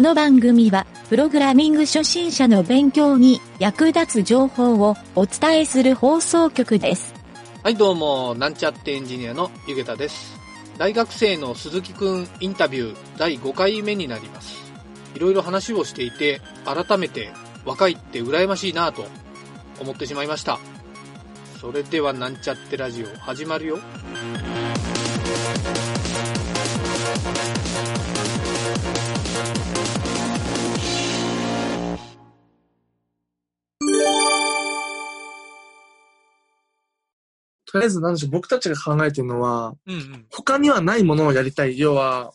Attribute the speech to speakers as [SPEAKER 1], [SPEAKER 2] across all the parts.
[SPEAKER 1] の番組は、プログラミング初心者の勉強に役立つ情報をお伝えする放送局です。
[SPEAKER 2] はい、どうも、なんちゃってエンジニアのゆげたです。大学生の鈴木くんインタビュー第5回目になります。いろいろ話をしていて、改めて若いって羨ましいなぁと思ってしまいました。それではなんちゃってラジオ始まるよ。
[SPEAKER 3] とりあえずなんでしょう、僕たちが考えてるのは、
[SPEAKER 2] うんうん。
[SPEAKER 3] 他にはないものをやりたい。要は、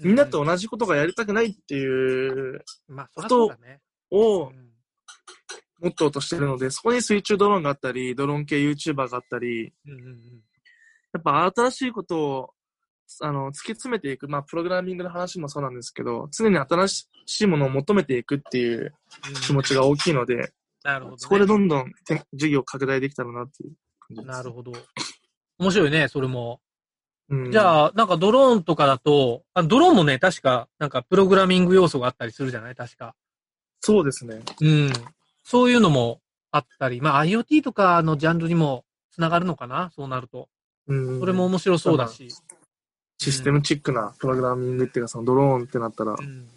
[SPEAKER 3] みんなと同じことがやりたくないっていう、
[SPEAKER 2] まあ、そ
[SPEAKER 3] り
[SPEAKER 2] らそ
[SPEAKER 3] ゃそうう
[SPEAKER 2] だ
[SPEAKER 3] だ
[SPEAKER 2] ね。
[SPEAKER 3] をモットーとしてるので、そこに水中ドローンがあったり、ドローン系 YouTuber があったり、やっぱ新しいことを、あの、突き詰めていく。まあ、プログラミングの話もそうなんですけど、常に新しいものを求めていくっていう気持ちが大きいので、
[SPEAKER 2] なるほど、ね。
[SPEAKER 3] そこでどんどんて授業を拡大できたらなっていう感じです。
[SPEAKER 2] なるほど。面白いね、それも。
[SPEAKER 3] うん、
[SPEAKER 2] じゃあ、なんかドローンとかだと、あドローンもね、確か、なんかプログラミング要素があったりするじゃない確か。
[SPEAKER 3] そうですね。
[SPEAKER 2] うん。そういうのもあったり、まあ IoT とかのジャンルにもつながるのかなそうなると。
[SPEAKER 3] うん。
[SPEAKER 2] それも面白そうだし。
[SPEAKER 3] システムチックなプログラミングっていうか、そのドローンってなったら
[SPEAKER 2] う、ん。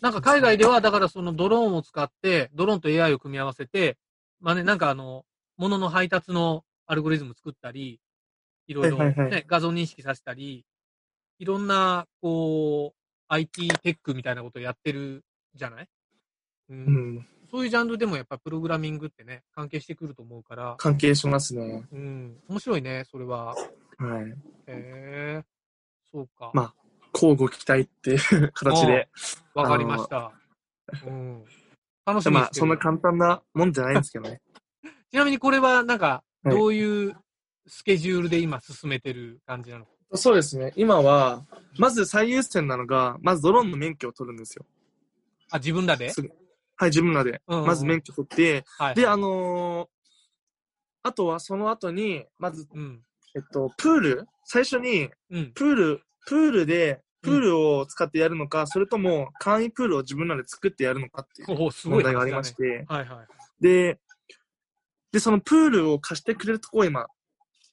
[SPEAKER 2] なんか海外では、だからそのドローンを使って、ドローンと AI を組み合わせて、まあね、なんかあの、物の配達のアルゴリズム作ったり、いろいろ、ね
[SPEAKER 3] はいはいは
[SPEAKER 2] 画像認識させたり、いろんな、こう、IT テックみたいなことをやってるじゃない、うん
[SPEAKER 3] うん、
[SPEAKER 2] そういうジャンルでもやっぱプログラミングってね、関係してくると思うから、
[SPEAKER 3] 関係しますね。
[SPEAKER 2] うん、面白いね、それは。
[SPEAKER 3] はい。
[SPEAKER 2] へえ、そうか。
[SPEAKER 3] まあ交互期待っていう形で。
[SPEAKER 2] わかりました。うん。楽しみにしてるよ
[SPEAKER 3] まあ、そんな簡単なもんじゃないんですけどね。
[SPEAKER 2] ちなみにこれはなんか、
[SPEAKER 3] はい
[SPEAKER 2] どういうスケジュールで今進めてる感じなの、
[SPEAKER 3] そうですね。今は、まず最優先なのが、まずドローンの免許を取るんですよ。
[SPEAKER 2] あ、自分らで
[SPEAKER 3] そはい、自分らで。
[SPEAKER 2] うんうん
[SPEAKER 3] まず免許取って、
[SPEAKER 2] はい。
[SPEAKER 3] で、あのーあとはその後に、まず、
[SPEAKER 2] うん。
[SPEAKER 3] えっと、プール、最初に、
[SPEAKER 2] うん。
[SPEAKER 3] プール、プールで、プールを使ってやるのか、それとも簡易プールを自分らで作ってやるのかっていう
[SPEAKER 2] おお、すご
[SPEAKER 3] 問
[SPEAKER 2] い話だ、
[SPEAKER 3] 題
[SPEAKER 2] ね。
[SPEAKER 3] がありまして、
[SPEAKER 2] はいはい。
[SPEAKER 3] で、で、そのプールを貸してくれるとこを今、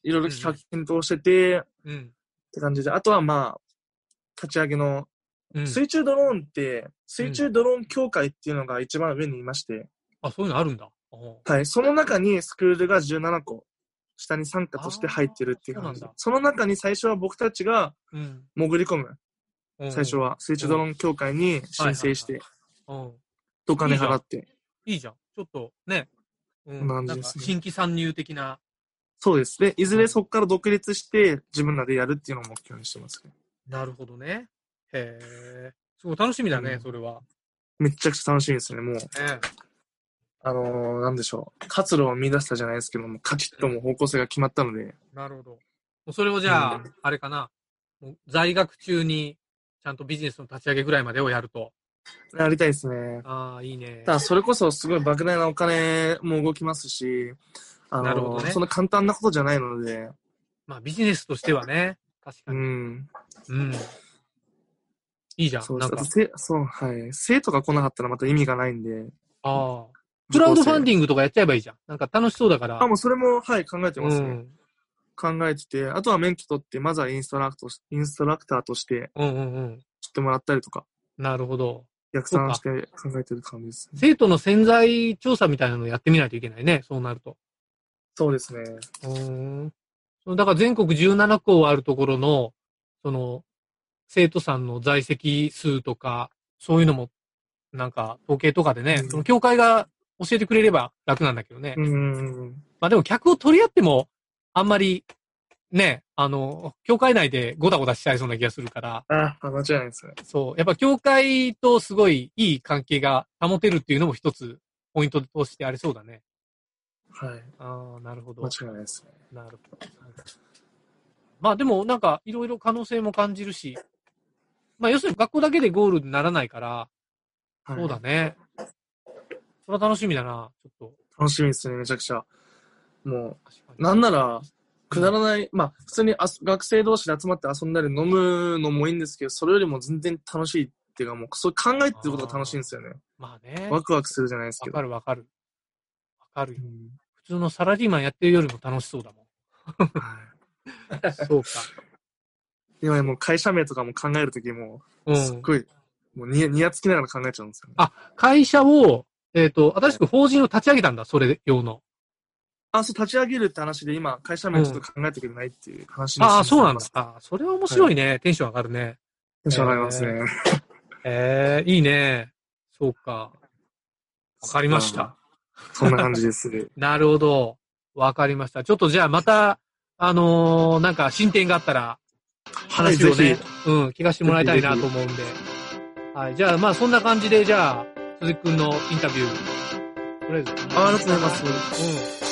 [SPEAKER 3] いろいろ企画検討してて、っ
[SPEAKER 2] うん。
[SPEAKER 3] て感じで、あとはまあ、立ち上げの、
[SPEAKER 2] うん、
[SPEAKER 3] 水中ドローンって、水中ドローン協会っていうのが一番上にいまして、
[SPEAKER 2] あ、そういうのあるんだ。おう
[SPEAKER 3] はい、その中にスクールが17個、下に参加として入ってるっていう感じ
[SPEAKER 2] あーそうな
[SPEAKER 3] で
[SPEAKER 2] んだ、
[SPEAKER 3] その中に最初は僕たちが
[SPEAKER 2] うん。
[SPEAKER 3] 潜り込む、
[SPEAKER 2] うん
[SPEAKER 3] 最初。は水中ドローン協会に申請して、
[SPEAKER 2] うん。
[SPEAKER 3] お金払って、
[SPEAKER 2] いいじゃん。ちょっと、ね。う
[SPEAKER 3] こんな感じ
[SPEAKER 2] ん
[SPEAKER 3] で
[SPEAKER 2] か
[SPEAKER 3] すね
[SPEAKER 2] 新規参入的な。
[SPEAKER 3] そうです。で、いずれそこから独立して、自分らでやるっていうのを目標にしてますね。
[SPEAKER 2] なるほどね。へえ。すごい楽しみだね、
[SPEAKER 3] うん
[SPEAKER 2] それは。
[SPEAKER 3] めっちゃくちゃ楽しみですね、もう。
[SPEAKER 2] ね
[SPEAKER 3] あのー、なんでしょう、活路を見出したじゃないですけども、カチッともう方向性が決まったので、
[SPEAKER 2] なるほど。もうそれをじゃあ、
[SPEAKER 3] うん
[SPEAKER 2] あれかな。もう在学中に、ちゃんとビジネスの立ち上げぐらいまでをやると。
[SPEAKER 3] やりたいですね。
[SPEAKER 2] ああ、いいね。
[SPEAKER 3] ただ、それこそすごい莫大なお金も動きますし、あのー
[SPEAKER 2] なるほどね
[SPEAKER 3] そんな簡単なことじゃないので、
[SPEAKER 2] まあビジネスとしてはね、確か
[SPEAKER 3] う
[SPEAKER 2] に。
[SPEAKER 3] ん。
[SPEAKER 2] うん。いいじゃ
[SPEAKER 3] そ
[SPEAKER 2] ん。
[SPEAKER 3] う
[SPEAKER 2] なん
[SPEAKER 3] あ
[SPEAKER 2] か
[SPEAKER 3] と、せそう、はい。生徒が来なかったらまた意味がないんで。
[SPEAKER 2] ああ。クラウドファンディングとかやっちゃえばいいじゃん。なんか楽しそうだから。
[SPEAKER 3] あ、もうそれも、はい、考えてますね。
[SPEAKER 2] うん。
[SPEAKER 3] 考えてて、あとは免許取って、まずはインストラクト、インストラクターとして
[SPEAKER 2] うんうんうん。
[SPEAKER 3] 知ってもらったりとか、
[SPEAKER 2] なるほど。
[SPEAKER 3] 逆算して考えてる感じですね。
[SPEAKER 2] 生徒の潜在調査みたいなのやってみないといけないね。そうなると。
[SPEAKER 3] そうですね。
[SPEAKER 2] うーん。そのだから全国17校あるところの、その、生徒さんの在籍数とか、そういうのも、なんか、統計とかでね、
[SPEAKER 3] うん
[SPEAKER 2] その協会が教えてくれれば楽なんだけどね。
[SPEAKER 3] うん。
[SPEAKER 2] まあでも客を取り合っても、あんまり、ね、あの、協会内でごたごたしちゃいそうな気がするから、
[SPEAKER 3] あ、あ間違いないですね。
[SPEAKER 2] そう、やっぱ協会とすごいいい関係が保てるっていうのも一つ、ポイントとしてありそうだね。
[SPEAKER 3] はい。
[SPEAKER 2] ああ、なるほど
[SPEAKER 3] 間違。いないですね。
[SPEAKER 2] なるほど。まあでも、なんか、いろいろ可能性も感じるし、まあ要するに学校だけでゴールにならないから、
[SPEAKER 3] はい
[SPEAKER 2] そうだね。それは楽しみだな、ちょっ
[SPEAKER 3] 楽しみですね、めちゃくちゃ。も
[SPEAKER 2] と。確か
[SPEAKER 3] う、
[SPEAKER 2] に。
[SPEAKER 3] なんなら、くだらない、まあ、普通にあす学生同士で集まって遊んだり飲むのもいいんですけど、それよりも全然楽しいっていうか、もうそう考えてることが楽しいんですよね。
[SPEAKER 2] まあね。
[SPEAKER 3] ワ
[SPEAKER 2] わ
[SPEAKER 3] クワクするじゃないですけど。
[SPEAKER 2] かるわかる。わかるよ
[SPEAKER 3] う。ん
[SPEAKER 2] 普通のサラリーマンやってるよりも楽しそうだもん。
[SPEAKER 3] は
[SPEAKER 2] そうか。
[SPEAKER 3] いでもね、もう会社名とかも考えるときも、
[SPEAKER 2] う
[SPEAKER 3] すっ
[SPEAKER 2] ん。
[SPEAKER 3] ごい、もうニヤニヤつきながら考えちゃうんですよね。
[SPEAKER 2] あ会社を、えっ、と、新しく法人を立ち上げたんだ、それ用の。
[SPEAKER 3] あ、そう、立ち上げるって話で今、会社名ちょっと考えてくれないっていう話に
[SPEAKER 2] ああ、そうなんだ
[SPEAKER 3] テ。
[SPEAKER 2] あそれは面白いね。テンション上がるね。
[SPEAKER 3] ンション上がりますね。
[SPEAKER 2] ええいいね。そうか。わかりました。
[SPEAKER 3] そんな感じ です。
[SPEAKER 2] なるほど。わかりました。ちょっとじゃあまた、あのーなんか進展があったら、話を
[SPEAKER 3] はい
[SPEAKER 2] ね
[SPEAKER 3] ぜ、
[SPEAKER 2] うん、聞かせてもらいたいなと思うんで。はい。じゃあまあそんな感じで、じゃあ、鈴木くんのインタビュー、とりあえず。
[SPEAKER 3] あありがとうございます。
[SPEAKER 2] うん。